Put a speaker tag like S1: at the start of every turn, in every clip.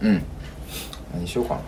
S1: うん何しようかな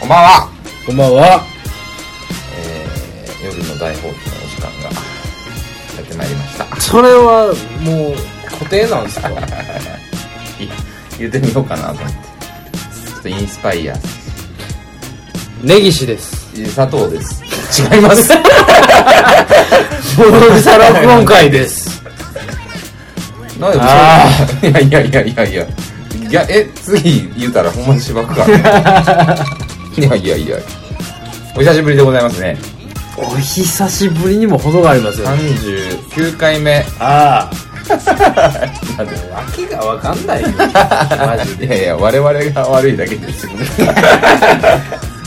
S1: こんばんは、
S2: こんばんは。
S1: えー、夜の大放棄のお時間がやってまいりました
S2: それは、もう、固定なんですか
S1: い言ってみようかなと思ってちょっとインスパイア
S2: 根岸です。
S1: え佐藤です違います
S2: ボルサ録音会です。
S1: なんで
S2: あ
S1: いやいやいやいやいやいやえ次言うたらほんまに芝生 かいやいやいやお久しぶりでございますね
S2: お久しぶりにも程がありますよ。
S1: 39回目
S2: あ
S1: なんで
S2: あ。わけがわかんないよ。マジ
S1: い。やいや我々が悪いだけです よね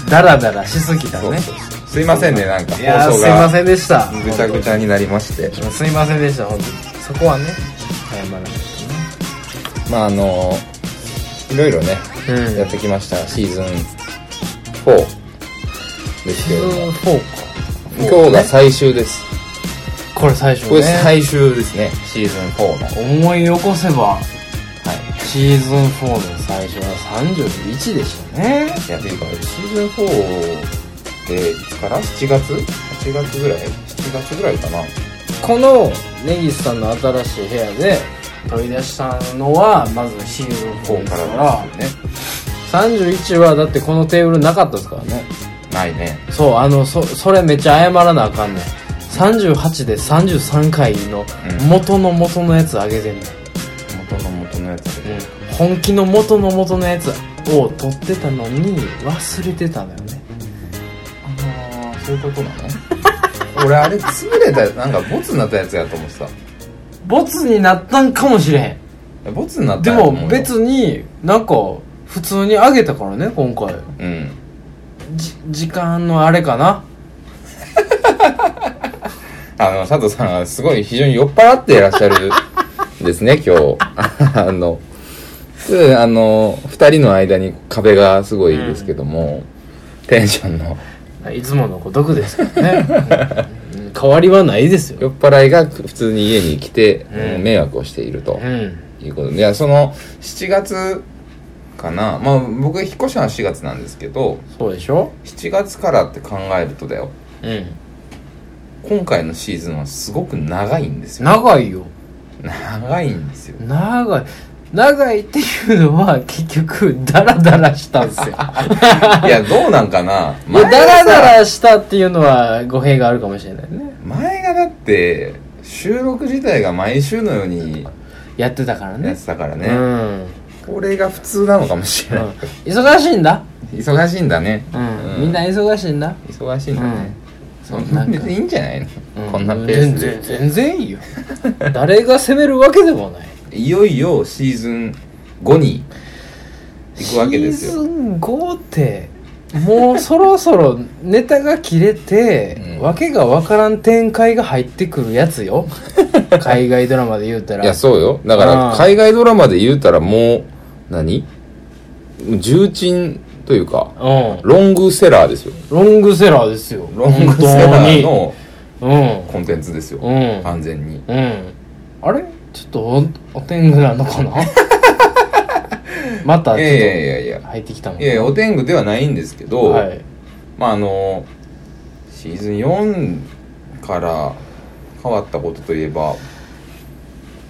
S2: だらだらしすぎた
S1: そう
S2: ね。
S1: そうそうすいませんねなんか
S2: いやー、
S1: 放送
S2: すいま
S1: が
S2: せんでした。
S1: ぐちゃぐちゃになりまして
S2: ゃ。すいませんでした、本当に。そこはね、謝らない
S1: まああのいろいろね
S2: とね。
S1: やってきましたシーズン4ですけ
S2: シ
S1: れ
S2: ー
S1: ど
S2: ズ
S1: も
S2: ン4か。
S1: 今日が最終です
S2: これ最初
S1: これ
S2: ね。
S1: 最終ですねシーズン4のはい
S2: 思い起こせば、シーズン4の最初は31でしたね。
S1: いやっていうかシーズン4っていつから7月8月ぐらい7月ぐらいかな
S2: この根岸さんの新しい部屋で取り出したのはまずシーズン
S1: 4
S2: 4
S1: か
S2: からら
S1: ですよね
S2: 31はだってこのテーブルなかったですからね
S1: ないね
S2: そうあのそそれめっちゃ謝らなあかんねん38で33回の
S1: うん
S2: 元の元のやつあげてんねん、
S1: 元の元のやつで
S2: 本気の元の元のやつを取ってたのに忘れてたのよね
S1: ああそういうことなの 俺あれ潰れたなんかボツになったやつやと思って
S2: ボツになったんかもしれへん
S1: たボツになった
S2: で
S1: やと思う
S2: も
S1: よ
S2: 別になんか普通にあげたからね今回
S1: うん
S2: じ時間のあれかな
S1: あの、佐藤さんはすごい非常に酔っ払っていらっしゃるんですね、 今日。あの、すごいあの、二人の間に壁がすごいですけども、テンションの
S2: いつもの孤独ですからねうん変わりはないですよ
S1: 酔っ払いが普通に家に来て、
S2: うん
S1: 迷惑をしていると
S2: うん
S1: いうことで、いや、その7月かな、まあ僕引っ越したのは4月なんですけど、
S2: そうでしょ
S1: 7月からって考えるとだよ、
S2: うん
S1: 今回のシーズンはすごく長いんですよ。
S2: 長いよ
S1: 長いんですよ。
S2: 長い長いっていうのは結局ダラダラしたん ですよ
S1: いや、どうなんかな
S2: いやダラダラしたっていうのは語弊があるかもしれないね
S1: 前がだって収録自体が毎週のように
S2: やってたから
S1: や
S2: ね
S1: ってたから
S2: う
S1: ね、
S2: ん、うん、
S1: これが普通なのかもしれない、
S2: 忙しいんだ、
S1: 忙しいんだね、
S2: うん
S1: う
S2: みんな忙しいんだ
S1: 忙しいんだね、そん
S2: な
S1: なん
S2: か
S1: 別にいいんじゃないの、
S2: う
S1: こんなペース
S2: 全然
S1: で
S2: 全然いいよ誰が責めるわけでもない
S1: いよいよシーズン5に行くわけです
S2: シー
S1: よ
S2: ズン5ってもうそろそろネタが切れて、
S1: うん
S2: わけがわからん展開が入ってくるや つよ海外ドラマで言うたら
S1: いやそうよだから
S2: うん
S1: 海外ドラマで言うたらもう何重鎮というか
S2: うん
S1: ロングセラーですよ
S2: ロングセラーですよ
S1: ロングセラーの
S2: 本
S1: コンテンツですよ、
S2: 当にうん
S1: 完全に
S2: うんうんあれちょっとおお天狗な のかなまた
S1: い
S2: ち
S1: やいやい
S2: ょ
S1: やいや
S2: っと入ってきたの
S1: いやいやお天狗ではないんですけど、
S2: はい
S1: まああのシーズン4から変わったことといえば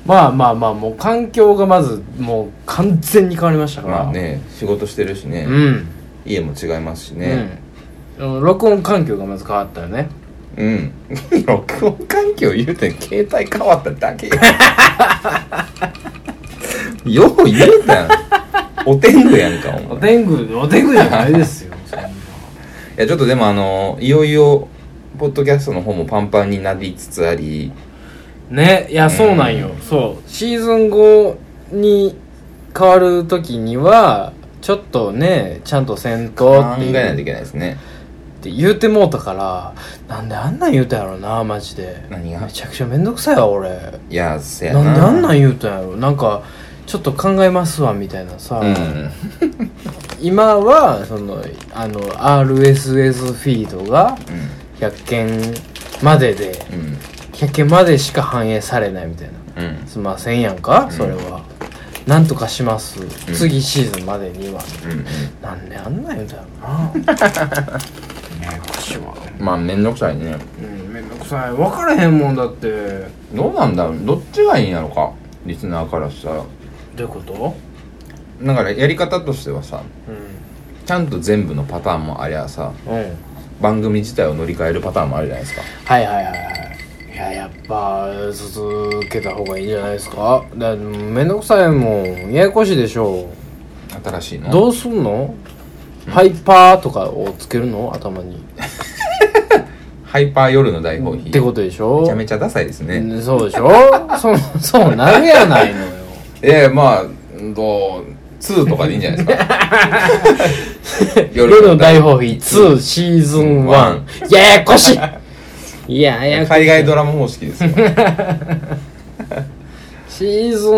S2: まあまあまあもう環境がまずもう完全に変わりましたから、
S1: まあね仕事してるしね、
S2: うん
S1: 家も違いますしね
S2: うん、録音環境がまず変わったよね
S1: うん 録音環境言うてん携帯変わっただけ よよう言うたやんお天狗やんかお前
S2: おでんぐおでんぐじゃないです よそんない
S1: やちょっとでもあのいよいよポッドキャストの方もパンパンになりつつあり
S2: ねいやそうなんよ、そうシーズン5に変わる時にはちょっとねちゃんとせん
S1: 考
S2: とって
S1: えないとい
S2: いう
S1: けないですね
S2: って言うてもうたからなんであんなん言うたんやろなマジで
S1: 何が
S2: めちゃくちゃめんどくさいわ俺
S1: いやせや
S2: な
S1: なん
S2: であんなん言うたんやろなんかちょっと考えますわみたいなさ、
S1: うん
S2: 今はそのあの RSS フィードが
S1: う
S2: 100件までで
S1: んうん
S2: 100件までしか反映されないみたいな
S1: うん
S2: すんませんやんかそれは、なんとかします、
S1: ん
S2: 次シーズンまでには
S1: うん
S2: なんであんなん言うたんや ろなややこしいわ
S1: まあ面倒くさいね
S2: うんめんどくさい分からへんもんだってど
S1: どうなんだろうどっちがいいんやろかリスナーからしたら
S2: ういうこと
S1: だからやり方としてはさ
S2: う
S1: ちゃんと全部のパターンもありゃさ
S2: ん、うん、
S1: 番組自体を乗り換えるパターンもあるじゃないですか
S2: はいはいはいはいいややっぱ続けた方がいいんじゃないですかだめんどくさいもんややこしいでしょ
S1: 新しいの
S2: どうすんのハイパーとかをつけるの頭に
S1: ハイパー夜の大コーヒ
S2: って
S1: ー
S2: ことでしょ
S1: めちゃめちゃダサいですね
S2: うんそうでしょ そそうなるやないのよ
S1: ええまあうんと2とかでいいんじゃないですか
S2: 夜の大放棄2シーズン
S1: ワ
S2: 1ややこしいいややこしい
S1: 海外ドラマ方式ですよ
S2: シーズン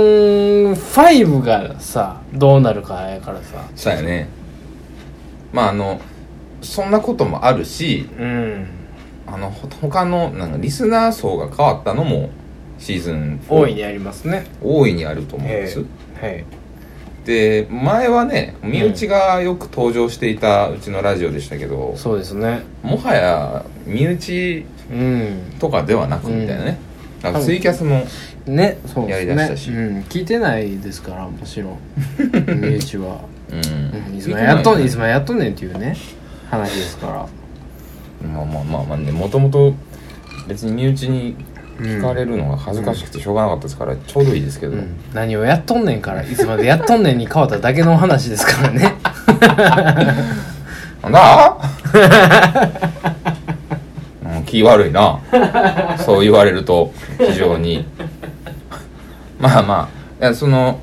S2: 5がさどうなるかやからさ
S1: そうやねまああのそんなこともあるし
S2: うん
S1: あのほ他のなんかリスナー層が変わったのもシーズン4
S2: 大いにありますね
S1: 大いにあると思うんです
S2: ええはい
S1: で前はね身内がよく登場していたうちのラジオでしたけど、
S2: そうですね
S1: もはや身内
S2: うん
S1: とかではなくみたいなね、なんかツイキャスも
S2: ねそうです
S1: やり
S2: ね
S1: だしたし
S2: うん、聞いてないですからもちろ ん身内は
S1: うん、
S2: うんいつまでやっとんねんい
S1: 聞
S2: つまでやっとんねんっていうね話ですから
S1: いてないまあまあまあまあねもともと別に身内に聞かれるのが恥ずかしくてしょうがなかったですからちょうどいいですけど、
S2: うん、何をやっとんねんからいつまでやっとんねんに変わっただけの話ですからね
S1: なんだ うん気悪いなそう言われると非常にまあまあいやその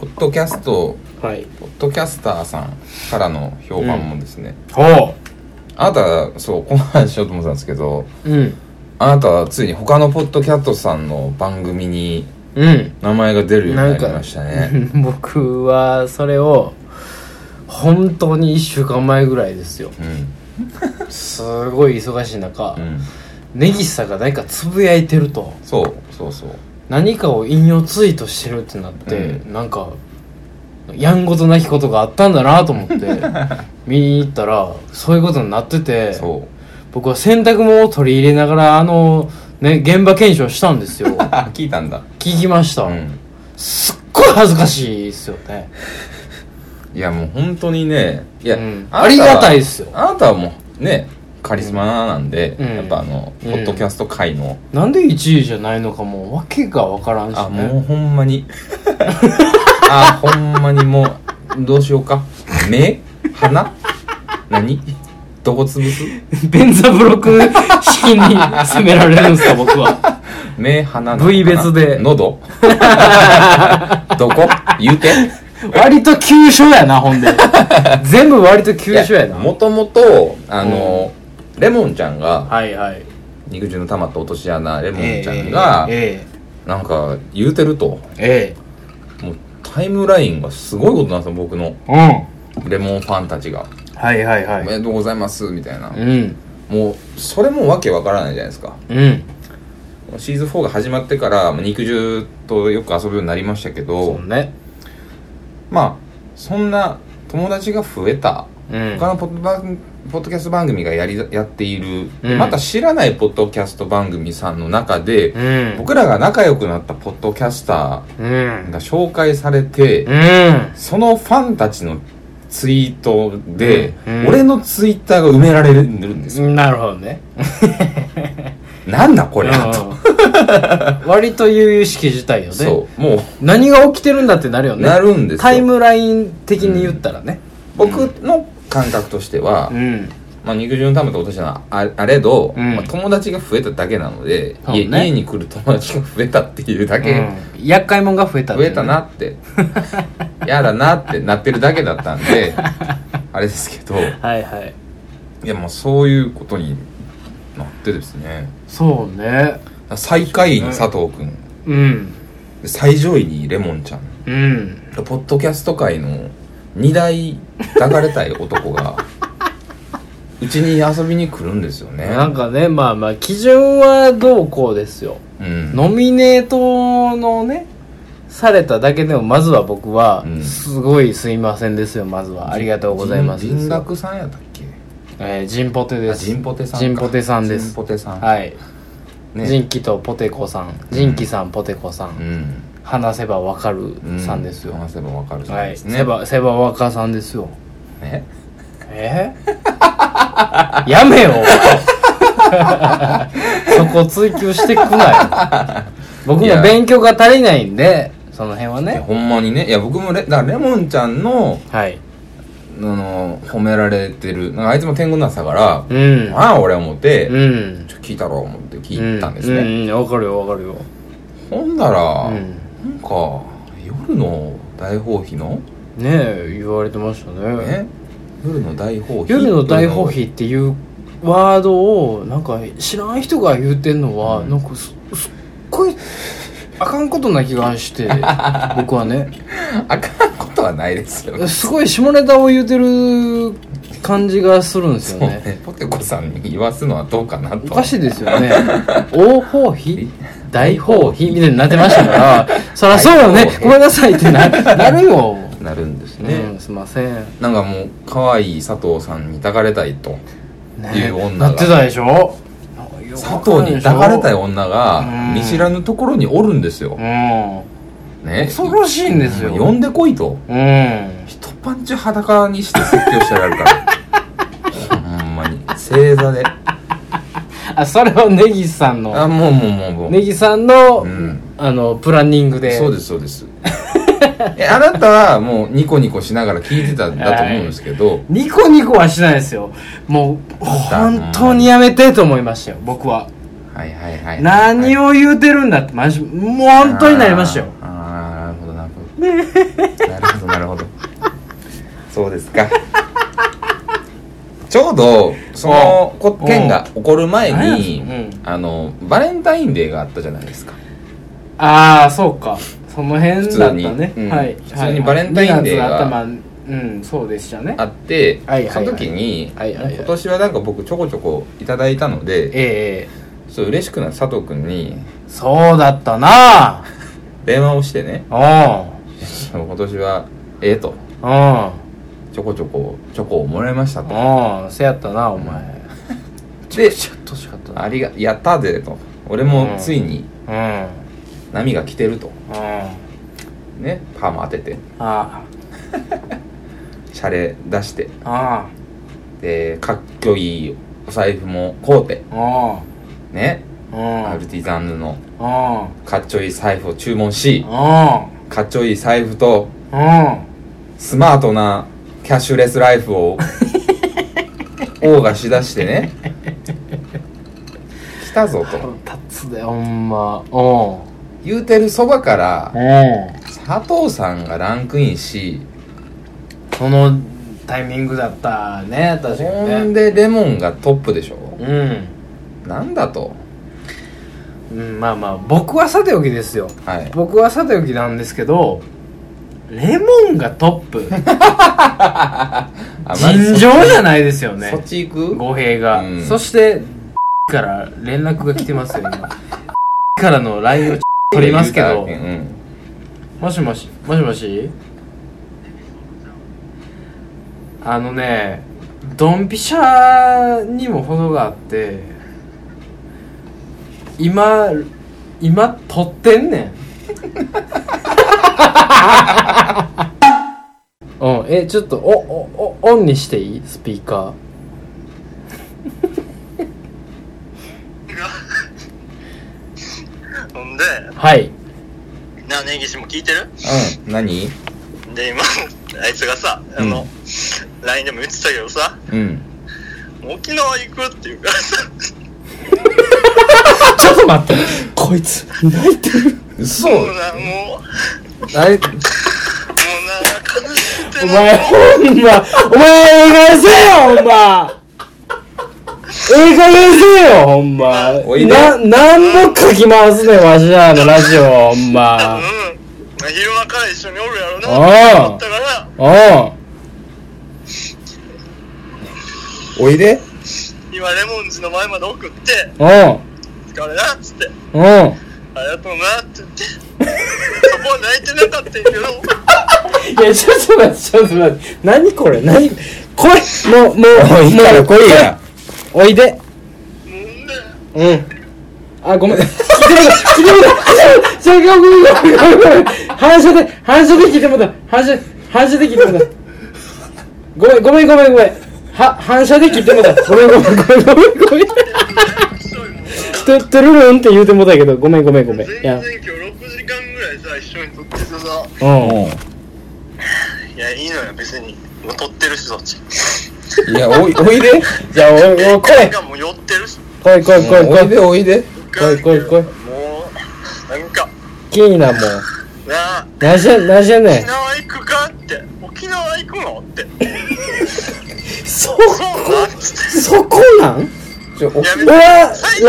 S1: ポッドキャスト
S2: はい
S1: ポッドキャスターさんからの評判もですね、
S2: ほ
S1: あなたそうこの話しようと思ってたんですけど
S2: ううん
S1: あなたはついに他のポッドキャストさんの番組に
S2: うん
S1: 名前が出るように
S2: な
S1: なんり
S2: か
S1: ました ね
S2: 僕はそれを本当に1週間前ぐらいですよ
S1: うん
S2: すごい忙しい中、
S1: うん
S2: 根岸さんが何かつぶやいてると
S1: そうそうそう
S2: 何かを引用ツイートしてるってなって、
S1: う
S2: なんかやんごとなきことがあったんだなと思って 見に行ったらそういうことになってて
S1: そう
S2: 僕は洗濯物を取り入れながらあの、ね、現場検証した んですよ
S1: あ聞いたんだ
S2: 聞きました、
S1: うん
S2: すっごい恥ずかしいっすよね
S1: いやもう本当にねいや、
S2: うん
S1: なは
S2: ありがたいっすよ
S1: あなたはもうねカリスマなんで、
S2: うん
S1: やっぱあの、
S2: うん
S1: ポッドキャスト界の、
S2: なんで1位じゃないのかもう訳が分からんし
S1: あもう
S2: ね
S1: ほんまに あほんまにもうどうしようか目鼻何どこ潰す
S2: 便座ブロック式に責められるんすか 僕は
S1: 目鼻
S2: 部位別で
S1: 鼻 喉どこ言うて
S2: 割と急所やな ほんで全部割と急所やな
S1: もともとあの、レモンちゃんが
S2: はいはい
S1: 肉汁の溜まった落とし穴レモンちゃんが、
S2: え
S1: なんか言うてると
S2: ええ
S1: もうタイムラインがすごいことなんですよ僕の
S2: えう
S1: レモンファンたちが
S2: んはいは
S1: 「
S2: い
S1: お
S2: は
S1: めでとうございます」みたいな
S2: いう、ん
S1: もうそれもわけわからないじゃないですか
S2: うん
S1: シーズン4が始まってからまあ肉汁とよく遊ぶようになりましたけど
S2: そうね
S1: まあそんな友達が増えた
S2: うん
S1: 他のポッド番ポッドキャスト番組がやりやっている、
S2: うん
S1: また知らないポッドキャスト番組さんの中で、
S2: うん
S1: 僕らが仲良くなったポッドキャスタ
S2: うん
S1: ーが紹介されて、
S2: うん
S1: そのファンたちのツイートで、
S2: うん
S1: 俺のツイッターが埋められるんですよ。
S2: なるほどね
S1: なんだこれ、と。
S2: うん割と悠々しき事態よね
S1: そう。も
S2: 何が起きてるんだってなるよ
S1: う、
S2: ね
S1: なるんですよ。
S2: タイムライン的に言ったらね
S1: 僕の感覚としては、
S2: ん
S1: まあ、肉汁の玉ってことじゃなああれど、
S2: うん
S1: まあ、友達が増えただけなので、
S2: そうね
S1: 家家に来る友達が増えたっていうだけ、
S2: うん、厄介者が増えたって
S1: 増
S2: ね
S1: えたな って、やだなってなってるだけだったんであれですけどい
S2: はいはい
S1: やもうそういうことになってですね
S2: そうね
S1: 最下位に佐藤君、
S2: うん
S1: で最上位にレモンちゃん
S2: うん
S1: ポッドキャスト界の二大抱かれたい男 がうちに遊びに来るんですよね
S2: なんかねまあまあ基準はどうこうですよ
S1: うん
S2: ノミネートのねされただけでもまずは僕は、
S1: うん
S2: すごいすいませんですよまずはありがとうございます
S1: 人学さんやったっけ
S2: えー、ジンポテで
S1: あ
S2: す
S1: ジンポテさんか
S2: ジンポテさんで
S1: ジン
S2: す
S1: ポテさん
S2: はい、
S1: ね
S2: ジンキとポテコさんジンキさん、ポテコさん、
S1: うん
S2: 話せばわかる
S1: う
S2: さんですよ、
S1: 話せばわかるさん
S2: は
S1: で
S2: い
S1: す
S2: セ
S1: ね
S2: バセバワカさんですよ
S1: ね
S2: え やめよそこ追求してくなよ僕
S1: い
S2: も
S1: や
S2: 勉強が足りないんでその辺はい
S1: や
S2: ね
S1: ほんまにねいや僕もレだからレモンちゃんの
S2: はい
S1: あの褒められてるなんかあいつも天狗なさから「
S2: うん
S1: ああ俺思って、
S2: うん
S1: ちょ聞いたろ」思って聞いたんですね、
S2: うんうんわ、かるよわかるよ
S1: ほんだら、
S2: うん
S1: なんか夜の大放棄の、
S2: ねえ言われてました
S1: ね、夜の大放棄
S2: 夜の大放棄っていうワードをなんか知らん人が言うてんのは、
S1: うん
S2: なんかすすっごいあかんことな気 がして僕はね
S1: あかんことはないですよね
S2: すごい下ネタを言うてる感じがするんで
S1: そ
S2: す
S1: う
S2: よね
S1: ね ポテコさんに言わすのはどうかな
S2: お
S1: と
S2: かしいですよね大放棄大放棄みたいになってましたからそりゃそうよ
S1: 大
S2: ね
S1: 放棄
S2: ごめんなさいってななるよ、
S1: なるんですね、
S2: うんすいません
S1: なんかもう可愛い佐藤さんに抱かれたいという女が
S2: なってたでしょ
S1: 佐藤に抱かれたい女
S2: う
S1: が
S2: ん
S1: 見知らぬところにおるんですよ
S2: う、ん
S1: ね
S2: 恐ろしいんですよ
S1: 呼んでこいと
S2: うん
S1: 一パンチ裸にして説教してやるから ほんまに正座で
S2: あそれを根岸さん
S1: あ
S2: の
S1: もうもうもうもう
S2: 根岸さんの、
S1: うん
S2: あのプランニングで
S1: そうですそうです えあなたはもうニコニコしながら聞いてたんだと思うんですけど、
S2: ニコニコはしないですよもう本当にやめてと思いましたよ僕は
S1: はい、はいはいはい
S2: 何を言うてるんだってマジもう本当になりましたよ
S1: あーあーなるほどなるほどなるほどなるほどそうですかちょうどそのこ
S2: うん
S1: 件が起こる前に、
S2: 何やそれうん
S1: あのバレンタインデーがあったじゃないですか
S2: ああそうかその辺だっ
S1: 普
S2: た
S1: 通に
S2: ね、
S1: うん
S2: はい
S1: 普通にバレンタインデーが
S2: はい二月頭うんそうでしたね
S1: あって、
S2: はいはいはい
S1: その時に、
S2: はいはいはい
S1: 今年はなんか僕ちょこちょこいただいたので
S2: ええ
S1: そう嬉しくなった佐藤君に
S2: そうだったな
S1: 電話をしてね
S2: うん
S1: 今年はええと
S2: うん
S1: ちょこちょこチョコをもらいましたと
S2: うんせやったなお前
S1: で
S2: としかった
S1: ありがやったぜと俺もついに
S2: うん
S1: 波が来てると
S2: うん
S1: ねパーマ当てて
S2: あ
S1: シャレ出して
S2: あ
S1: でかっこいいお財布も買うて
S2: うん
S1: ね
S2: うん
S1: アルティザンヌの
S2: うん
S1: かっちょいい財布を注文し
S2: う
S1: かっちょいい財布と
S2: んうん
S1: スマートなキャッシュレスライフ を王がしだしてね来たぞと
S2: 立つでほんまうん
S1: 言うてるそばから
S2: うん
S1: 佐藤さんがランクインし
S2: そのタイミングだったね確か
S1: ほ
S2: に
S1: ん
S2: ね
S1: でレモンがトップでしょ
S2: うん
S1: なんだと
S2: うん、まあまあ僕はさておきですよ
S1: はい
S2: 僕はさておきなんですけどレモンがトップ
S1: あまず
S2: 尋常じゃないですよね
S1: そっち行く
S2: 語弊が、
S1: うん
S2: そしてから連絡が来てますよ今 からの LINE を取りますけど
S1: うん
S2: もしもしもしもしあのねドンピシャにも程があって今今撮ってん ねんうんえちょっとおおおオンにしていいスピーカー
S3: ほんで、
S2: はい
S3: な、根岸も聞いてる
S1: うん何
S3: で、今、あいつがさ、あの、LINE でも言ってたけどさ、
S1: うん
S3: 沖縄行くっていうから
S2: ちょっと待ってこいつ泣いてる
S1: 嘘
S3: もうなもうもう
S1: あれ
S3: な悲しくて
S2: お
S3: な
S2: 前ほんまお前映画にせよほんま映画にせよほんま
S1: おいで
S2: な何度書き回すねんわしらのラジオほん
S3: う
S2: ま
S3: ん昼間から一緒におるやろな
S2: ああ
S3: 思ったから
S2: お
S1: おいで
S3: 今レモンズの前まで送って
S2: うんうん
S3: 「疲れな」っつって「
S2: うん
S3: ありがとうな」って 言ってそこは泣いてなかったんやけど
S2: いや、ちょっと待って、ちょっと待って。何これ何これもう、もう、
S1: おいいから来いや
S2: おいで。
S3: う んで
S2: うん。あ、ごめん。 聞いてもた。聞いてもた。それごめんごめんごめんごめん。反射で、反射で聞いてもた。反射、反射で聞いてもた。ごめんごめんごめんごめん。は、反射で聞いてもた。ごめんごめんごめんごめんごめん。トゥトゥルルンって言うてもたけど、ごめんごめんごめん。い
S3: 全
S2: や、
S3: 然今日6時間ぐらいさ一緒に撮っててさ
S2: うん。
S3: いやいいのよ別にもう撮ってるしそっち
S1: いやおいおいで
S2: じゃあ、おい、おい、来い。
S3: がもう寄ってるし
S2: 来い来い来い
S1: おい
S2: 来い
S1: で。おいで
S2: 来い来い来い
S3: もうなんか
S2: キーナもう。
S3: なあ
S2: なしゃ、なしゃね
S3: 沖。縄行くかって沖縄行くの って
S2: そ、
S3: そうなんつって
S2: そこなん
S1: ちょお
S3: やめ
S2: 俺
S3: て
S2: は、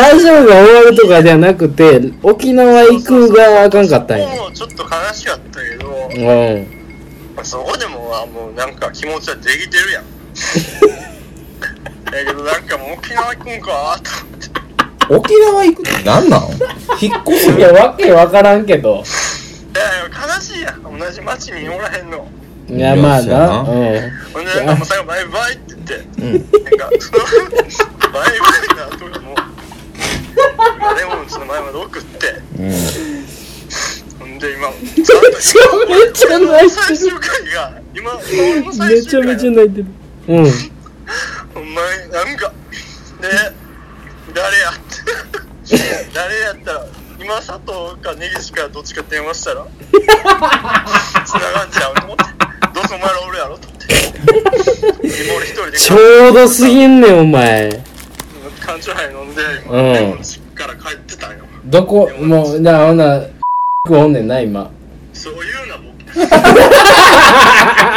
S2: ラジオが終わるとかじゃなくて、沖縄行くがあかんかったんや。
S3: もうちょっと悲しかったけ
S2: う
S3: ど、
S2: ん。
S3: まあ、そこでもあもうなんか気持ちはできてる やんだけどなんかもう沖縄行くんかと思って
S1: 沖縄行くって何なん引っ越す
S2: いや、わけわからんけど。
S3: いやいや悲しいやん同じ町におらへんの
S2: いや、まあ
S1: いや
S2: な。
S1: そ
S2: うん。
S3: ほんでなんかもう最後バイバイって言って、なんかその バイバイの後がもう今レモンちの前まで送って
S1: うん
S3: ほんで今ちゃんと
S2: めちゃめちゃ泣い
S3: 最
S2: て
S3: 終
S2: る。
S3: 回が今俺の
S2: め
S3: 最
S2: ちゃ
S3: 終
S2: めちゃ
S3: 回
S2: 泣いてる。うん。
S3: お前なんかで誰や って誰やったら今佐藤か根岸かどっちか電話し たら繋がんちゃうと思ってどうせお前らおるやろと 思って今俺一人で
S2: ちょうどすぎんねん、お前。
S3: 缶チューハイ飲んで
S2: うん
S3: 今、うん、実家から帰ってたんよ
S2: どこ、もう、な、ほんな、おんねんな、 今。
S3: そういうな僕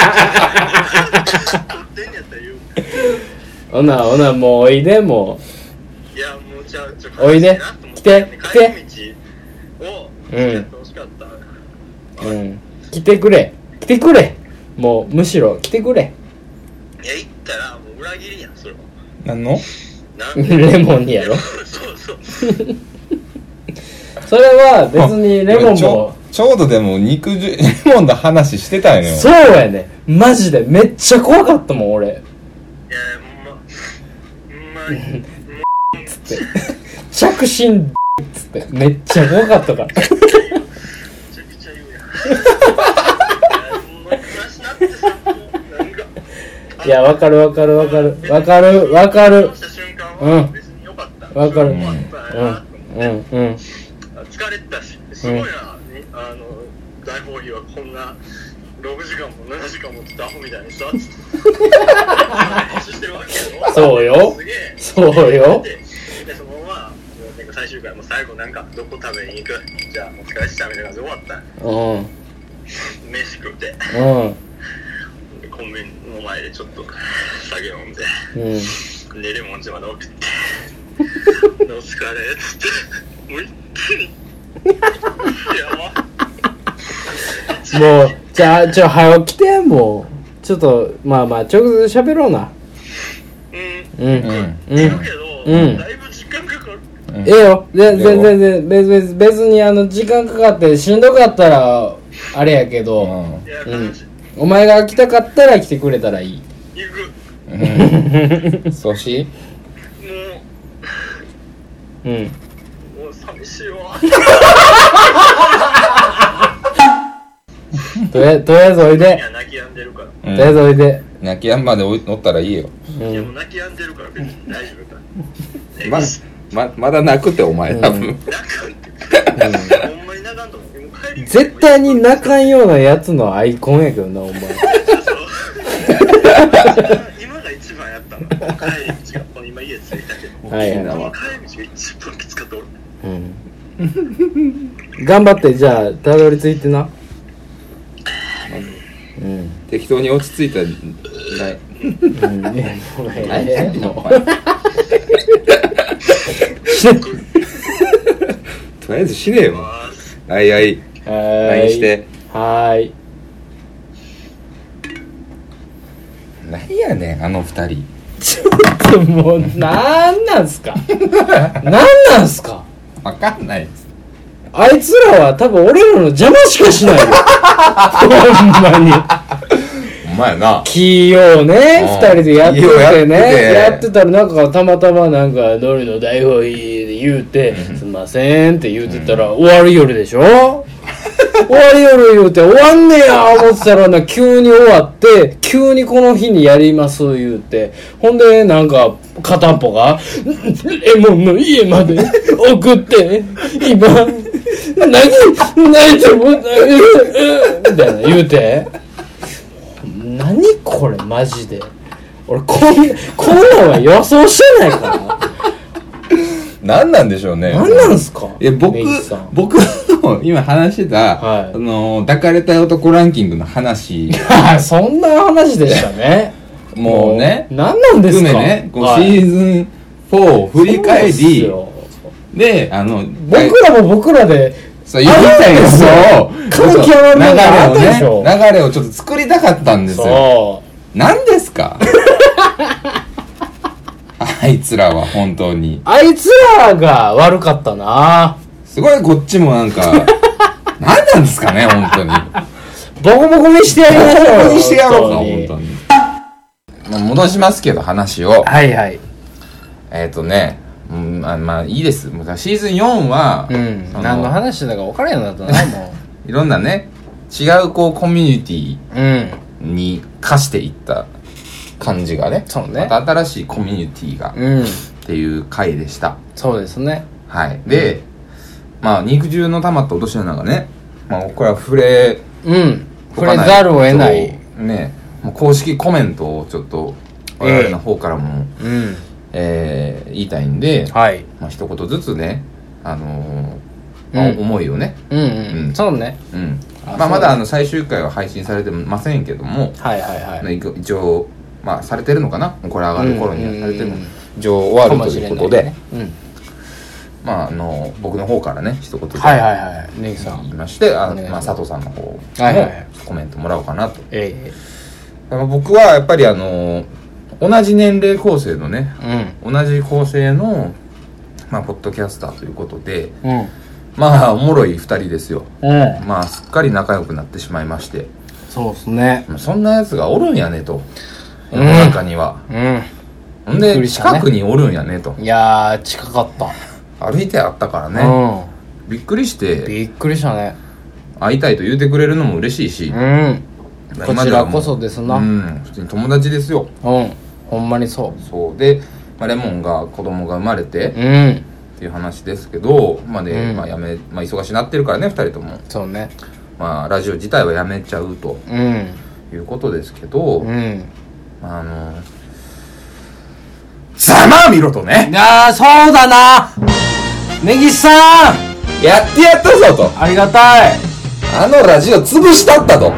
S3: 撮ってんやったら言う
S2: ほな、ほな、もうおいで、も
S3: いやもうじゃあちょっ
S2: おいで来て来て
S3: 道を
S2: うん
S3: やってほしかった、
S2: う。うん。来てくれ。来てくれ。もう、むしろ、来てくれ。
S3: いや行ったらもう裏切りやんそれは
S1: 何の
S3: な んで
S2: レモンにやろ。
S3: そうそう
S2: それは別にレモン
S1: ちょ
S2: も
S1: ちょうどでも肉汁 レモンの話してたんよ
S2: そうやねマジでめっちゃ怖かったもん俺
S3: いやほんまほんまに
S2: 着信っつってめっちゃ怖かったから
S3: めちゃくちゃ言うや んいやほんまに暮らしなってさもうなんか
S2: いやわかるわかるわかるわかるわかる
S3: 話した瞬間
S2: う
S3: は
S2: ん
S3: 別に良かった
S2: わかる
S3: 良かった
S2: う
S3: なと
S2: ん
S3: 思って
S2: うんうん
S3: 疲れてたしすごいな、にあの大放棄はこんな6時間も7時間もずっとアホみたいにさつって話してるわけやろ
S2: そうよ
S3: すげえ
S2: そうよ
S3: ででそのままなんか最終回も最後なんかどこ食べに行くじゃあお疲れっしたみたいな感じで終わった
S2: うん
S3: 飯食って
S2: うん
S3: コンビニの前でちょっと酒飲んで
S2: うん
S3: 寝るもんじまで送って 「お疲れ」っ つってもう一気にやば
S2: もうじゃあちょ早起きてもうちょっとまあまあ直接喋ろうな
S3: うん
S2: うん
S1: う
S2: え
S1: ん
S2: うん
S3: いるけど、
S2: うん
S3: だいぶ時間かかる
S2: えよ全然全然別別別にあの時間かかってしんどかったらあれやけど、
S3: いや
S2: うん
S3: 悲しい、
S2: お前が来たかったら来てくれたらいい。
S3: 行く
S1: うんそうし
S3: も
S2: うん。
S3: うもう寂し いわ
S2: とりあえとりあえずおい
S3: い
S2: で。
S3: や泣き止んでるから、
S1: う
S2: と
S1: ん
S2: りあえずおいで。
S1: 泣き止んまでおい乗ったらいいよ
S3: いやも
S2: う
S3: う泣き止んでるから別に大丈夫だから
S1: まままだ泣くってお前多分
S3: 泣かんってほんまに泣かんと思うもう帰り
S2: ん。絶対に泣かんようなやつのアイコンやけどな、お前。
S3: そう今が一番やったの帰り道がやつがいたけど、こ
S2: はいはい
S3: の
S1: は
S3: 帰り道が一番きつかった俺。
S2: うん頑張ってじゃあたどり着いてなうん
S1: 適当に落ち着いたない
S2: うんいやもう
S1: 何やねんお前とりあえず死ねよ
S3: あ
S1: はいはい LINE して
S2: はーい
S1: 何やねんあの二人
S2: ちょっともうなんなんすかなんなんすか
S1: わかんないです
S2: あいつらは多分俺らの邪魔しかしないよほんまに
S1: お前やな
S2: 器用ね
S1: うん
S2: 二人でやって
S1: 器用やって
S2: て
S1: て
S2: ねやってたらなんかたまたまなんか「どれの台本いい」言うて「すんません」って言うてたら終わり夜でしょ終わり夜言うて終わんねや思ってたらな急に終わって急にこの日にやります言うてほんでなんか片っぽが「レモンの家まで送って今何泣いても泣いて」みたいな言うて。何これマジで俺こんこんなんは予想して ないから
S1: 何なんでしょうね
S2: 何なんすか
S1: いや僕
S2: メイジさん
S1: 僕の今話してた、
S2: はい
S1: あの抱かれたい男ランキングの話
S2: あそんな 話でしたね
S1: もうね
S2: 何なんです
S1: 含
S2: か
S1: めねこう
S2: はい
S1: シーズン4を振り返り
S2: そう
S1: であの
S2: なんですよ僕らも僕らで
S1: そう言いたいですよ
S2: 感極まる
S1: 流
S2: ものがあったでし
S1: れ
S2: ょ
S1: をね流れをちょっと作りたかったんですよ
S2: そう
S1: 何ですか あいつらは本当に
S2: あいつらが悪かったな
S1: すごいこっちもなん か何なんですかね本当に
S2: ボコボコにしてやりましょうよ
S1: 本当にしてやろうか
S2: 本
S1: 本
S2: 当
S1: 当
S2: に
S1: にまあ戻しますけど話を
S2: はいはい
S1: えっ、とね、うん、まあまあいいですもうシーズン4は、
S2: うん
S1: そ
S2: 何の話だか分からんようになったなも
S1: いろんなね違うこうコミュニティ
S2: ううん
S1: に課していった感じがね
S2: そうね
S1: また新しいコミュニティが、っ
S2: うん
S1: ていう回でした
S2: そうですね
S1: はいで、まあ肉汁の玉と落とし穴がね、まあ、これは触れ
S2: うん
S1: と
S2: 触
S1: か
S2: れ
S1: ない
S2: ざるを得ない
S1: とねもう公式コメントをちょっと我々の方からも、
S2: うん
S1: えー言いたいんで、
S2: はい
S1: まあ、一言ずつね、あのーまあ
S2: うん
S1: 思いをね、
S2: うんう
S1: うんん
S2: そうね
S1: うん
S2: あ
S1: まあ、
S2: そう
S1: まだあの最終回は配信されてませんけども、
S2: はいはいはい
S1: ね一応一応、まあ、されてるのかなこれ上がる頃にはされてる
S2: うんうんうん
S1: 一応終わるということで、
S2: かもしれないね
S1: まあ、あの僕の方からね一言
S2: う
S1: ず
S2: ん
S1: つ
S2: はいはいはいネギさ
S1: 言い
S2: ん
S1: ましてあ
S2: お願いし
S1: ま
S2: ま
S1: あ、
S2: す
S1: 佐藤さんの方も
S2: はいはい
S1: コメントもらおうかなと、
S2: え
S1: まあ僕はやっぱりあの同じ年齢構成のね
S2: え
S1: 同じ構成の、まあ、ポッドキャスターということで
S2: うんうん
S1: まあおもろい2人ですよ
S2: うん
S1: まあすっかり仲良くなってしまいまして
S2: そうっすね
S1: まあそんなやつがおるんやねと世の中には、
S2: うん
S1: ほん
S2: びっく
S1: で
S2: りしたね
S1: 近くにおるんやねと
S2: いやー近かった
S1: 歩いてあったからね、
S2: ね
S1: びっくりし
S2: うん
S1: て
S2: びっくりしたね
S1: 会いたいと言うてくれるのも嬉しいし、
S2: うん
S1: まあ
S2: こ
S1: 今
S2: ち
S1: では
S2: ら
S1: もう
S2: こそですな
S1: う
S2: うん
S1: ん普通に友達ですよ
S2: ほんまにそ
S1: そうで、まあ、レモンが子供が生まれて、
S2: ううん
S1: っていう話ですけど、まあね
S2: うん
S1: まあ、やめ、まあ、忙しなってるからね2人とも、
S2: そうね
S1: まあ、ラジオ自体はやめちゃうと
S2: うん
S1: いうことですけど、
S2: うん
S1: あのざまあ見ろとね
S2: いやーそうだなネギさん
S1: やってやったぞと
S2: ありがたい
S1: あのラジオ潰したったと
S2: も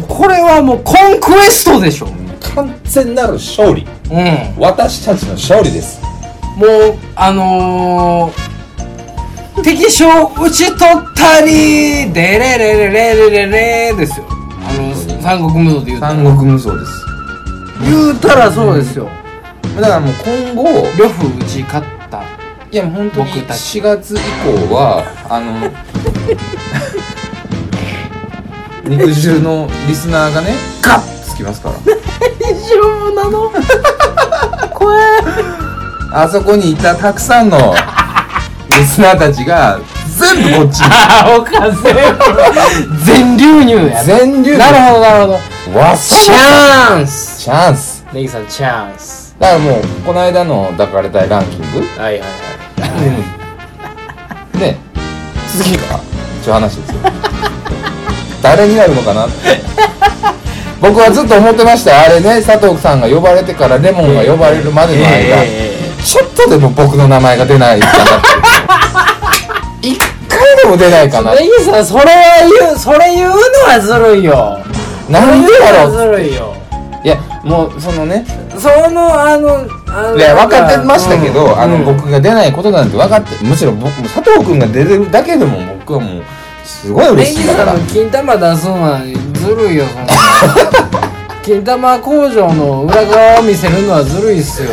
S2: うこれはもうコンクエストでしょうん
S1: 完全なる勝利私たちの勝利です
S2: もうあのー、敵将討ち取ったりでれれれれれれれですよあの三国無双で言うた
S1: 三
S2: ら
S1: 国無双です
S2: 言うたらそうですよ
S1: だからもう今後
S2: 呂布討ち勝った
S1: いや本当に
S2: 僕たち
S1: 4月以降はあ の肉汁のリスナーがねガッつきますから
S2: 以上なの怖い
S1: あそこにいたたくさんのリスナーたちが全部こっちに
S2: あ あおかせ全流入や
S1: 全流
S2: なるほどなるほど
S1: どわっし
S2: チ
S1: ゃ
S2: ャンス
S1: チャンス
S2: ネギさんチャンス
S1: だからもうこの間の抱かれたいランキング
S2: はいはいはい
S1: ね次が一応話ですよ誰になるのかなって僕はずっと思ってましたよあれね佐藤さんが呼ばれてからレモンが呼ばれるまでの間、
S2: ええええええ
S1: ちょっとでも僕の名前が出ないかなって一回でも出ないかな
S2: ネギさんそれ言うそれ言うのはずるいよ
S1: なんでやろ
S2: それ言うのはずるいよ
S1: いやもうそのね
S2: そのあのあの
S1: いや分かってましたけど、
S2: うん
S1: あの
S2: うん
S1: 僕が出ないことなんて分かってむしろ僕も佐藤君が出てるだけでも僕はもうすごい
S2: ネ
S1: 嬉
S2: ギ
S1: しいだか
S2: さ
S1: ら
S2: んの金玉出すのはずるいよそんな 金玉工場の裏側を見せるのはずるいっすよ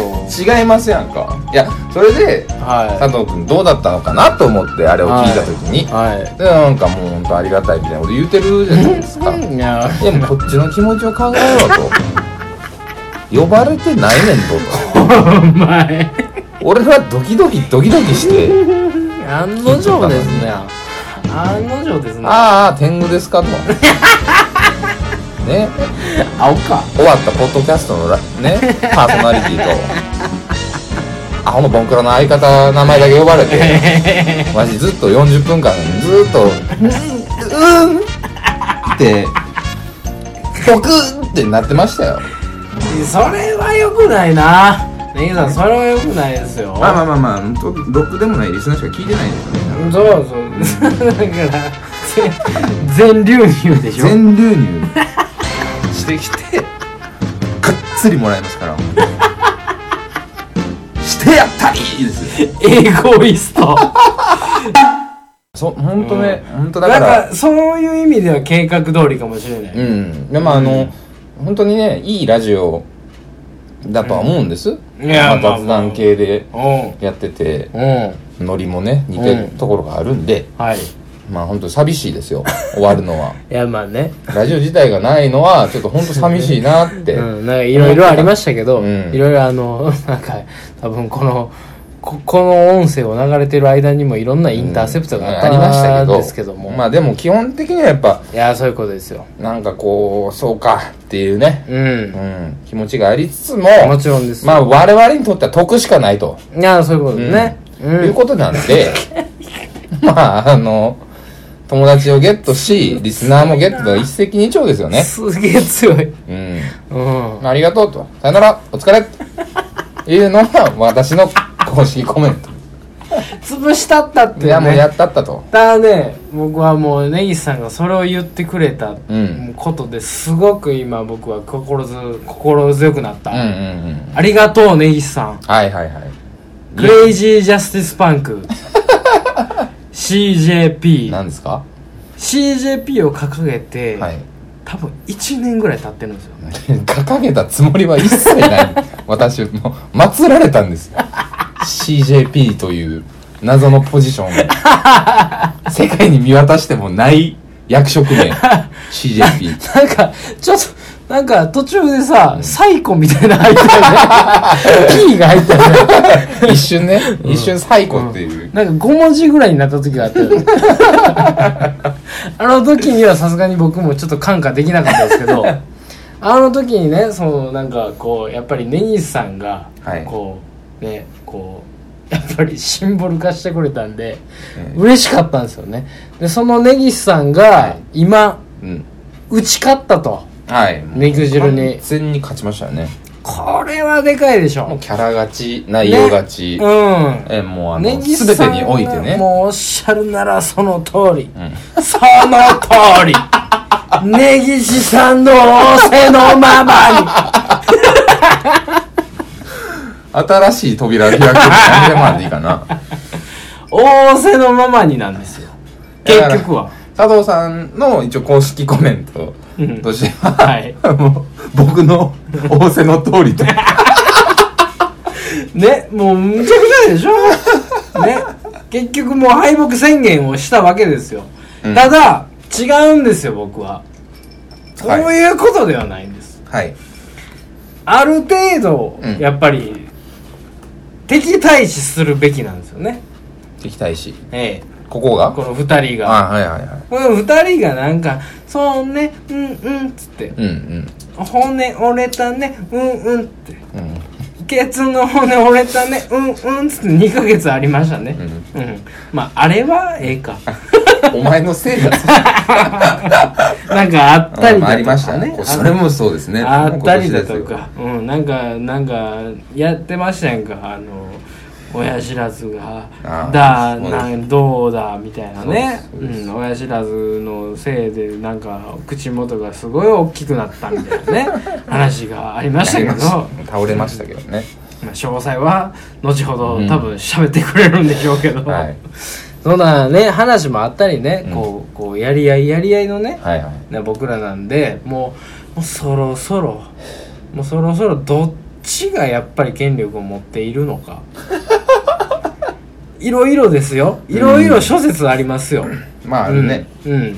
S1: 違いますやんかいやそれで
S2: は
S1: 佐藤君どうだったのかなと思ってあれを聞いた時に、
S2: いはい
S1: でなんかもう本当ありがたいみたいなこと言うてるじゃないですか
S2: いや
S1: でもこっちの気持ちを考えようと呼ばれてないねんと
S2: お前
S1: 俺はドキドキドキドキして
S2: 案の定ですね案の定です
S1: 「
S2: ね
S1: ああ天狗です か」と。ね、
S2: 青か
S1: 終わったポッドキャストのラねパーソナリティとアホのボンクラの相方名前だけ呼ばれ てマジずっと40分間ずっと「うんうん」って「僕」ってなってましたよ
S2: それは良くないなネギさんそれは良くないですよ
S1: あまあまあロックでもないリスナーしか聞いてないんですよ
S2: そうそう だから全全流入でしょ
S1: 全流入してきてがっつりもらいますから してやったりですよ
S2: エゴイスト
S1: そ本当ね、本当だ
S2: な
S1: か
S2: ん
S1: ら
S2: かそういう意味では計画通りかもしれない、
S1: うんでもあの、本当にねいいラジオだとは思うんです、
S2: うんいや
S1: まあ、雑
S2: まあま
S1: 談
S2: あ
S1: 系で
S2: うん
S1: やってて、
S2: うん
S1: ノリもね似てるところがあるんで、
S2: はいい
S1: まあ本当に寂しいですよ終わるのは
S2: やまあね
S1: ラジオ自体がないのはちょっと本当寂しいなって、
S2: うん、なんかいろいろありましたけど、
S1: うん
S2: いろいろあの なんか多分このここの音声を流れてる間にもいろんなインターセプトがあった
S1: ありましたけ
S2: ん
S1: ど
S2: ですけども、
S1: まあでも基本的にはやっぱ
S2: いやそういうことですよ
S1: なんかこうそうかっていうね、
S2: うん
S1: う、ん、気持ちがありつつも
S2: もちろんですよ
S1: まあ我々にとっては得しかないと
S2: いやそういうことですね、う
S1: というんことなんで まああの友達をゲットしリスナーもゲットが一石二鳥ですよね
S2: すげえ強い、
S1: うん
S2: うん、
S1: ありがとうとさよならお疲れいうのが私の公式コメント
S2: 潰したったっていう、ね、
S1: いやもうやったったと
S2: だね僕はもう根岸さんがそれを言ってくれた
S1: うん
S2: ことですごく今僕は心ず心強くなった、
S1: うんうんうん
S2: ありがとう根岸さん
S1: はいはいはい
S2: クレイジージャスティスパン ク CJP
S1: 何ですか
S2: CJP を掲げて、
S1: はい
S2: 多分1年ぐらい経ってるんですよね
S1: 掲げたつもりは一切 ない私もう祀られたんですよ CJP という謎のポジ ションを世界に見渡してもない役職名 CJP
S2: なんかちょっとなんか途中でさ、サイコみたいなの入ったよね P が入ったよね
S1: 一瞬ね、一瞬最古っていう、
S2: なんか5文字ぐらいになった時があったよ ねあの時にはさすがに僕もちょっと感化できなかったですけ どあの時にねそのなんかこうやっぱり根岸さんが
S1: はい
S2: こう、ねこうやっぱりシンボル化してくれたんで、嬉しかったんですよねでその根岸さんが今
S1: うん、
S2: 打ち勝ったと
S1: はい
S2: 肉汁に
S1: 完全に勝ちましたよね
S2: これはでかいでし
S1: もう
S2: ょ
S1: キャラ勝ち内容勝ち、
S2: うん
S1: えもうあ
S2: 根
S1: の
S2: 岸
S1: 全
S2: さ
S1: て
S2: ん
S1: においてね
S2: はもうおっしゃるならその通り、
S1: ん
S2: その通り根岸さんの仰せのまま
S1: 新しい扉を開く何でもあっていいかな
S2: に仰せのままになんですよ結局は
S1: 佐藤さんの一応公式コメントとしては、
S2: はい
S1: もう僕の仰せの通 りと
S2: ねもうむちゃくちゃでしょね結局もう敗北宣言をしたわけですよ、
S1: うん
S2: ただ違うんですよ僕はこう
S1: はい
S2: いうことではないんです、
S1: はい
S2: ある程度、
S1: うん
S2: やっぱり敵対視するべきなんですよね
S1: 敵対し
S2: ええ
S1: ここが
S2: この二人
S1: あ
S2: が
S1: はいはいはい
S2: この二人がなんか「そうねうんうん」っつって
S1: うん
S2: 「骨折れたねうんうん」って
S1: うんうん
S2: 「ケツの骨折れたねうんうん」っつって2ヶ月ありましたねうん、まああれはええか
S1: お前のせいだぞ
S2: なんかあったり
S1: ま
S2: だとか、
S1: あありましたねそれもそうですね
S2: あったりだ
S1: もう
S2: と
S1: 今年ですよ
S2: か、うん、なんかなんかやってましたやんかあの親知らずが
S1: あー
S2: だ
S1: そうです
S2: なんどうだみたいなね
S1: そうですそう
S2: う
S1: です
S2: ん親知らずのせいでなんか口元がすごい大きくなったみたい なね話がありましたけどま
S1: 倒れましたけどね
S2: あ詳細は後ほど
S1: うん
S2: 多分喋ってくれるんでしょうけど、
S1: はい
S2: そんなね話もあったりね、
S1: うん
S2: こうこうやり合いやり合いのね、
S1: はいはい
S2: ね、僕らなんでもうもうそろそろもうそろそろどっちがやっぱり権力を持っているのか いろいろですよいろいろ諸説ありますよ、
S1: まああるね
S2: うん、うん
S1: うんうん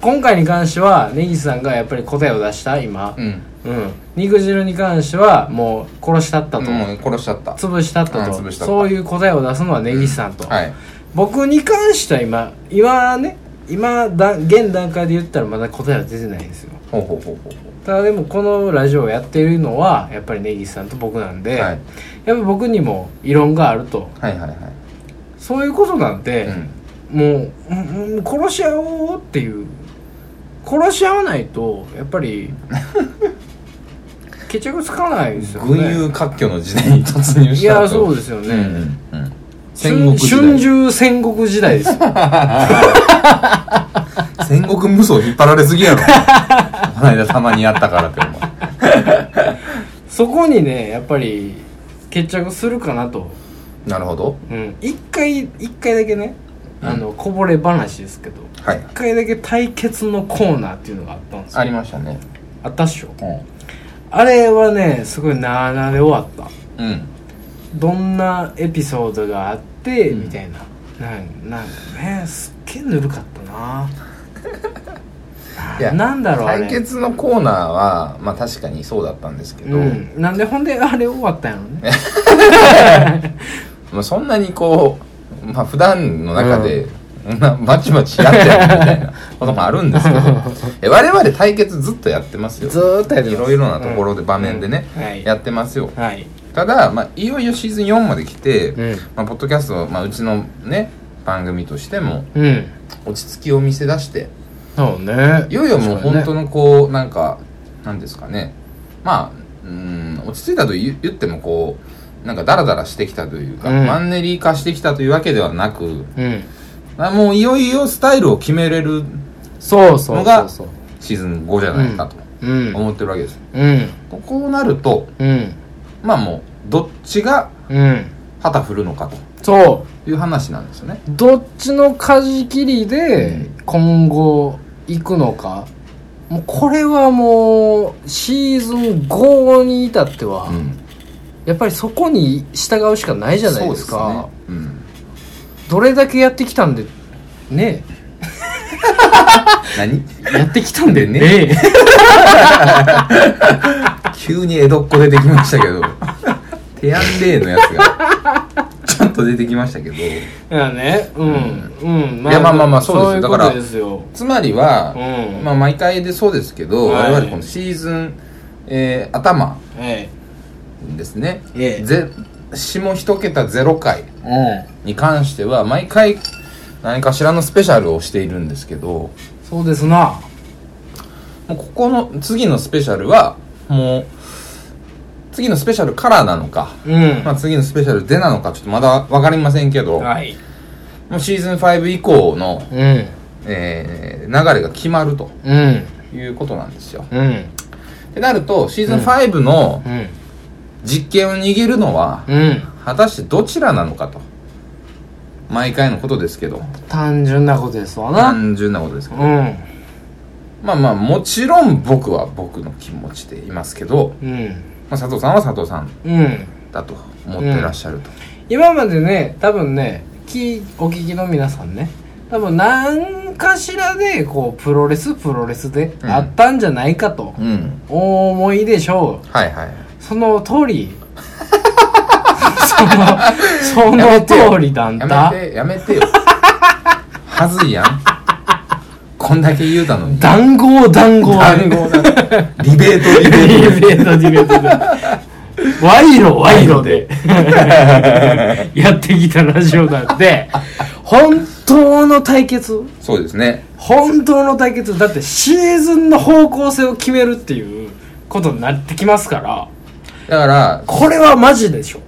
S2: 今回に関しては根岸さんがやっぱり答えを出した今
S1: うんうん
S2: うん、肉汁に関してはもう殺したったと、
S1: もう殺しちゃった
S2: 潰したったと
S1: うん潰したった
S2: そういう答えを出すのは根岸さんと、
S1: はい
S2: 僕に関しては今今ね今だ現段階で言ったらまだ答えは出てないんですよ
S1: ほうほうほうほうほ
S2: ただでもこのラジオをやってるのはやっぱり根岸さんと僕なんで、
S1: はい
S2: やっぱ僕にも異論があると
S1: うはいはいは
S2: そういうことなん
S1: い
S2: て、
S1: うん
S2: もう、うんうん殺し合おうっていう殺し合わないとやっ ぱり決着つかないですよね
S1: 群雄割拠の時代に突入したと
S2: いやそうですよね
S1: うんうんうん戦国
S2: 春
S1: 時代
S2: 春秋戦国時代ですよ
S1: 戦国無双引っ張られすぎやろ この間たまにやったからってお前
S2: そこにねやっぱり決着するかなと
S1: なるほど
S2: うん一回一回だけねあの、こぼれ話ですけど
S1: はい
S2: 一回だけ対決のコーナーっていうのがあったんですよ
S1: ありましたね
S2: あったっしょ
S1: う
S2: あれはねすごいなあなあで終わった
S1: んうん
S2: どんなエピソードがあって、
S1: うん
S2: みたいななんなんかねすっげえぬるかったな
S1: いや
S2: なんだろうあれ
S1: 対決のコーナーはまあ確かにそうだったんですけど、
S2: うん、なんでほんであれ終わったんやろね
S1: まあ、そんなにこうまあ普段の中で、まあバチバチやってやるみたい なこともあるんですけどえ我々対決ずっとやってますよ
S2: ずーっとやって
S1: い
S2: ます
S1: ろいろなところで場面でね、
S2: うんはい
S1: やってますよ
S2: はい
S1: ただ、まあ、いよいよシーズン4まで来て、
S2: うん
S1: まあ、ポッドキャスト、まあ、うちのね番組としても
S2: うん
S1: 落ち着きを見せ出して
S2: そうね
S1: いよいよもう
S2: そうね
S1: 本当のこうなんかなんですかねまあうん落ち着いたと言言ってもこうなんかダラダラしてきたというか、
S2: うん
S1: マンネリ化してきたというわけではなく
S2: うん
S1: あもういよいよスタイルを決めれる
S2: そうそう
S1: の
S2: そ
S1: が
S2: うそう
S1: シーズン5じゃないかと
S2: うん
S1: 思ってるわけです、
S2: うん
S1: こうなると
S2: うん
S1: まあもうどっちが
S2: うん
S1: 旗振るのか
S2: そう
S1: という話なんですよね
S2: どっちの舵切りで今後行くのか、もうこれはもうシーズン5に至っては、
S1: うん
S2: やっぱりそこに従うしかないじゃないですか
S1: そうですねうん
S2: どれだけやってきたんでね
S1: 何
S2: やってきたんでね
S1: 急に江戸っ子出てきました けどテアンレイのやつがちゃんと出てきましたけど
S2: いやねうんうん、
S1: いやまあまあまあそうです
S2: だ
S1: よ
S2: か
S1: だ
S2: ら
S1: から
S2: ですよ
S1: つまりは、
S2: うん
S1: まあ、毎回でそうですけど、
S2: はい
S1: 我々このシーズン、えー頭
S2: え
S1: ですね、
S2: ええ
S1: ぜ下一桁ゼロ回
S2: え
S1: に関しては毎回何かしらのスペシャルをしているんですけど
S2: うんそうですな
S1: もうここの次のスペシャルはもう次のスペシャルからなのか、
S2: うん
S1: まあ、次のスペシャルでなのかちょっとまだ分かりませんけど、
S2: はい
S1: もうシーズン5以降の、
S2: うん
S1: えー流れが決まると
S2: うん
S1: いうことなんですよ。
S2: うん
S1: ってなるとシーズン5の
S2: うん
S1: 実験を握るのは
S2: うん
S1: 果たしてどちらなのかと毎回のことですけど
S2: 単純なことですわな
S1: 単純なことですけど
S2: うん
S1: まあまあもちろん僕は僕の気持ちでいますけど、
S2: うん
S1: まあ、佐藤さんは佐藤さん
S2: うん
S1: だと思ってらっしゃると、
S2: 今までね多分ねきお聞きの皆さんね多分何かしらでこうプロレスプロレスで
S1: うん
S2: あったんじゃないかと、
S1: うん
S2: お思いでしょう
S1: はいはい
S2: その 通りそのその通りだん
S1: や
S2: だ
S1: めてやめてよ はずいやんこんだけ言うたのに
S2: 談合談合
S1: 談合だリベートリベー
S2: デ
S1: ト
S2: ィベートディベートだ賄賂 賄賂でやってきたラジオなんで本当の対決
S1: そうですね
S2: 本当の対決だってシーズンの方向性を決めるっていうことになってきますから
S1: だから
S2: これはマジでしょ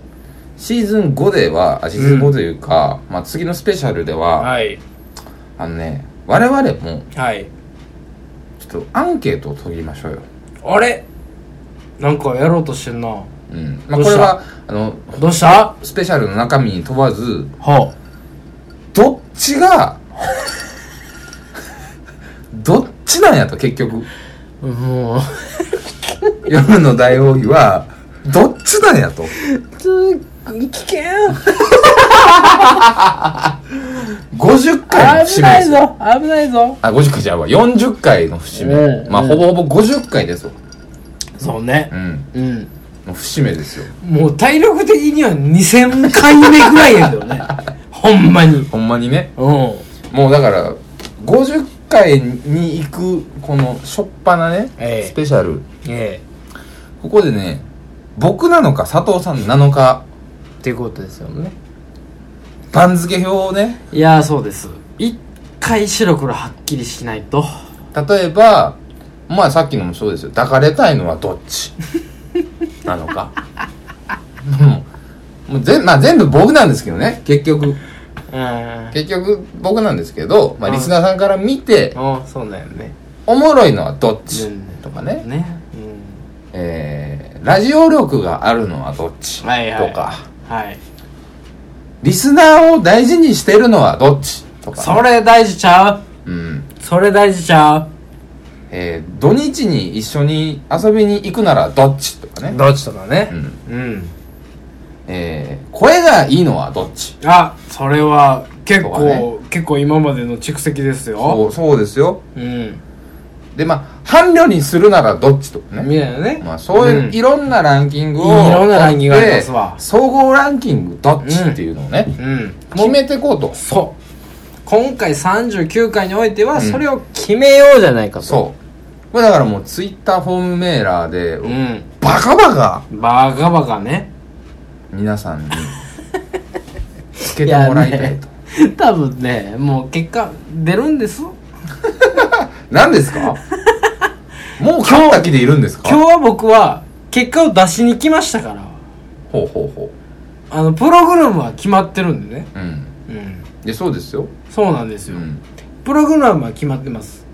S1: シーズン5ではあシーズン5というか、まあ、次のスペシャルでは、
S2: はい
S1: あのね我々も
S2: はい
S1: ちょっとアンケートを取りましょうよ
S2: あれなんかやろうとしてんな
S1: うんまあ、
S2: ど
S1: こ
S2: うした
S1: れはあの
S2: どうした
S1: スペシャルの中身に問わず
S2: は
S1: どっちが どっちなんやと結局
S2: あもう
S1: 夜の大奥義はどっちなんやと
S2: 危険
S1: 50回の節
S2: 危
S1: 目
S2: な
S1: で
S2: い
S1: す
S2: ぞ危ないぞ
S1: あ50回じゃあ40回の節目、
S2: うん
S1: まあ
S2: うん
S1: ほぼほぼ50回ですわ
S2: そうね
S1: うん
S2: うん
S1: の節目ですよ
S2: もう体力的には2000回目ぐらいやけど ねほんまに
S1: ほんまにね
S2: うん
S1: もうだから50回に行くこの初っ端なね、
S2: ええ
S1: スペシャル
S2: ええ
S1: ここでね僕なのか佐藤さんなのか
S2: っていうことですよね
S1: 番付表をね
S2: いやーそうです一回白黒はっきりしないと
S1: 例えばまあさっきのもそうですよ抱かれたいのはどっちなのか もうもう全,、まあ、全部僕なんですけどね結局
S2: うん
S1: 結局僕なんですけど、まあ、リスナーさんから見て
S2: おそうだよね
S1: おもろいのはどっちとかね、
S2: ね
S1: えー、ラジオ力があるのはどっちとか、
S2: はいはいはい
S1: リスナーを大事にしてるのはどっちとか、
S2: それ大事ちゃう
S1: うん
S2: それ大事ちゃう
S1: えー、土日に一緒に遊びに行くならどっちとかね、
S2: どっちとかね
S1: うん
S2: うん
S1: えー、声がいいのはどっち
S2: あそれは結
S1: そうだね
S2: 構結構今までの蓄積ですよ
S1: そうそうですよ
S2: うん
S1: でまあ伴侶にするならどっちとか
S2: み
S1: ね
S2: たいなね
S1: まあそういう、
S2: ん
S1: いろんなランキングを
S2: いろんなランキングがありますわ
S1: 取って総合ランキングどっちっていうのをね、
S2: うん
S1: 決めていこうと
S2: そう今回39回においては
S1: ん
S2: それを決めようじゃないかと
S1: そうこれだからもうツイッターフォームメーラーで、
S2: うん
S1: バカバカ
S2: バカバカね
S1: 皆さんにつけてもらいたいと
S2: やね 多分ねもう結果出るんです
S1: 何です かもう勝った気でいるんです
S2: 今
S1: か
S2: 日は僕は結果を出しに来ましたから
S1: ほうほうほ
S2: あのプログラムは決まってるんでね
S1: ううん
S2: うん
S1: でそうですよ、
S2: そうなんです
S1: う
S2: よ、
S1: ん、
S2: プログラムは決まってます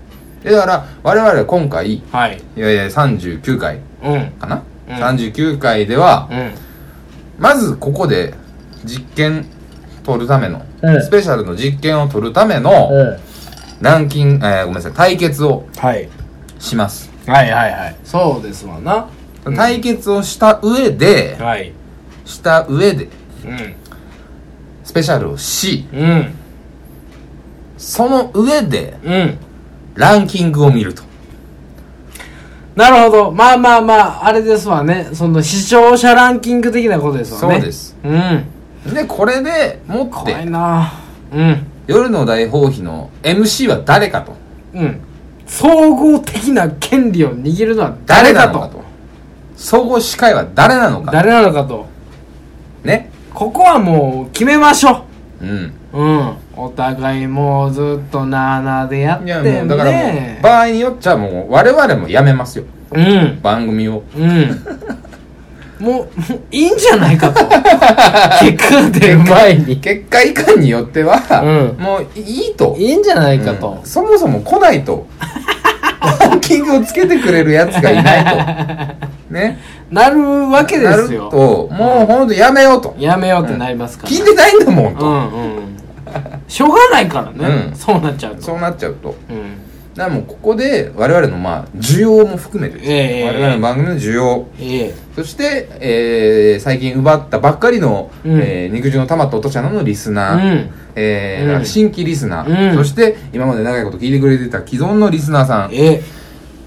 S1: でだから我々は今回い
S2: はい
S1: やいや39回
S2: うんうん
S1: かな、
S2: うん
S1: 39回ではまずここで実験取るための、
S2: うん
S1: スペシャルの実験を取るための
S2: ん
S1: ランキング、えーごめんなさい対決を
S2: はい
S1: します、
S2: はいはいはいそうですわな
S1: 対決をした上で
S2: はい
S1: した上で
S2: う
S1: スペシャルをし
S2: んうん
S1: その上で
S2: うん
S1: ランキングを見ると
S2: なるほどまあまあまああれですわねその視聴者ランキング的なことですわね
S1: そうです
S2: うん
S1: でこれでもっ
S2: 怖い
S1: て
S2: なうん
S1: 夜の大放棄の MC は誰かと
S2: うん総合的な権利を握るのは
S1: 誰な
S2: 誰か
S1: の
S2: と
S1: かと総合司会は誰なのか
S2: 誰なのかと
S1: ね
S2: ここはもう決めましょ
S1: うん
S2: ううんお互いもうずっと7でやって
S1: いやもうだからもう、
S2: ね
S1: 場合によっちゃもう我々もやめますよ
S2: うん
S1: 番組 を
S2: うんもうもういいんじゃない かと結果出る前に
S1: 結果いかんによっては、
S2: うん
S1: もういいと
S2: いいんじゃないか
S1: う
S2: と
S1: ん、そもそも来ないとランキングをつけてくれるやつがいないとね
S2: なるわけで
S1: な
S2: す
S1: る
S2: よ
S1: ともうほんとやめようと
S2: やめようってなりますから、
S1: 聞いてないんだもん
S2: う
S1: と、
S2: んうんしょうがないからね、
S1: うん
S2: そうなっちゃうと
S1: そうなっちゃうと
S2: うん
S1: だからもうここで我々のまあ需要も含めてですよ、
S2: ええ
S1: 我々の番組の需要
S2: ええ
S1: そして、えー最近奪ったばっかりの、
S2: うん
S1: えー肉汁の玉とおとちゃんのリスナー、
S2: うん
S1: えー
S2: うん
S1: だから新規リスナー、
S2: うん
S1: そして今まで長いこと聞いてくれてた既存のリスナーさん
S2: え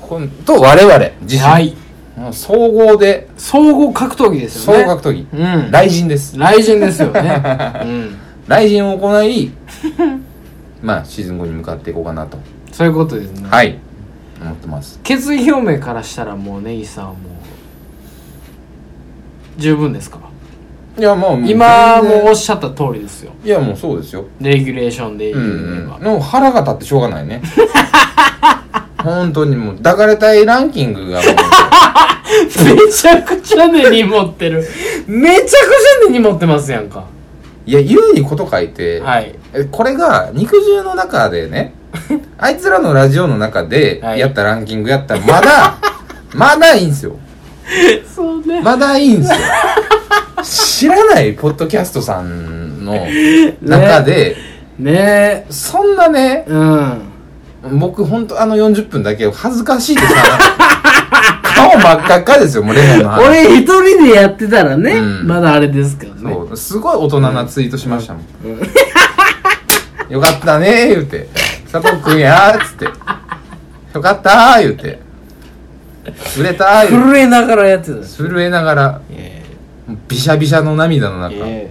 S1: こんと我々自身、
S2: えはい
S1: もう総合で
S2: 総合格闘技です
S1: 総
S2: よね
S1: 格闘技、
S2: うん
S1: 雷神です
S2: 雷神ですよ ねうん
S1: 雷神を行い まあシーズン5に向かっていこうかなと
S2: そういうことですね、
S1: はい思ってます
S2: 決意表明からしたらもう根岸さんはもう十分ですか
S1: いやまあもう
S2: 今
S1: 全然
S2: もうおっしゃった通りですよ
S1: いやもうそうですよ
S2: レギュレーションで
S1: う
S2: 言
S1: ん
S2: え
S1: うん
S2: ば、
S1: の腹が立ってしょうがないね 本当にもう抱かれたいランキングがもう
S2: めちゃくちゃ根に持ってるめちゃくちゃ根に持ってますやんか
S1: いや優にこと書いて、
S2: はい
S1: えこれが肉汁の中でねあいつらのラジオの中で
S2: はい
S1: やったランキングやったらまだまだいいんすよ
S2: そうね
S1: まだいいんすよ知らないポッドキャストさん の中で、
S2: ね
S1: そんなね
S2: えうん
S1: 僕本当あの40分だけ恥ずかしいですから 顔真っ赤っかですよもうレモンの話
S2: 俺一人でやってたらね、
S1: うん
S2: まだあれですけどね
S1: そうすごい大人なツイートしましたもん、 よかったねー言うて「佐藤くんや」っつって「よかったー」言うて「売れたー」言うて
S2: 震えながらやってたし
S1: 震えながら
S2: え
S1: びしゃびしゃの涙の中や
S2: え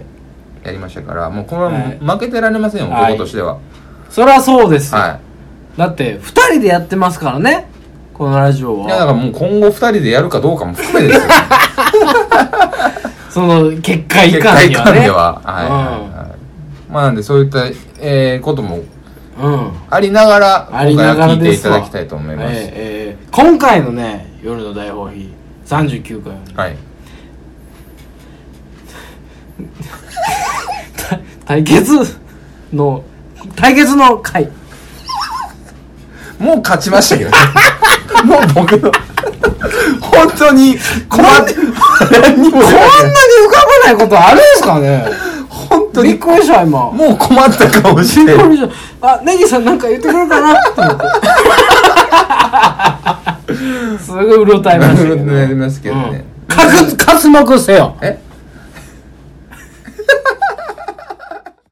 S1: りましたからもうこれはも
S2: はいう
S1: 負けてられませんよ
S2: はい
S1: 男としては
S2: そりゃそうですよ、
S1: は
S2: だって2人でやってますからねこのラジオ
S1: いいやだ
S2: は
S1: からもう今後2人でやるかどうかも含めですよ
S2: その結果 い
S1: 結
S2: か
S1: 果
S2: ん
S1: い
S2: に
S1: か
S2: は
S1: ん
S2: ね
S1: でははいはいはいまあなんでそういったえーことも
S2: うん
S1: ありながら
S2: あ
S1: 今
S2: り
S1: 回
S2: なが
S1: は
S2: ら
S1: 聞いて
S2: で
S1: い
S2: す
S1: た
S2: わ
S1: だきたいと思います
S2: ええええ今回のね夜の大放棄39回はね
S1: はい
S2: 対決の対決の回
S1: もう勝ちましたけ どね。もう僕の、本当に困って、何にも出な
S2: こんないに浮かばないことあるんです かね
S1: 本当
S2: びっ
S1: に、
S2: くりした今
S1: もう困った顔して
S2: これ
S1: る。
S2: じゃあネギさんなんか言ってくれるかな と思ってすごいうろたえましたけど
S1: うろたえますけどね
S2: うん、かく刮目せよ
S1: え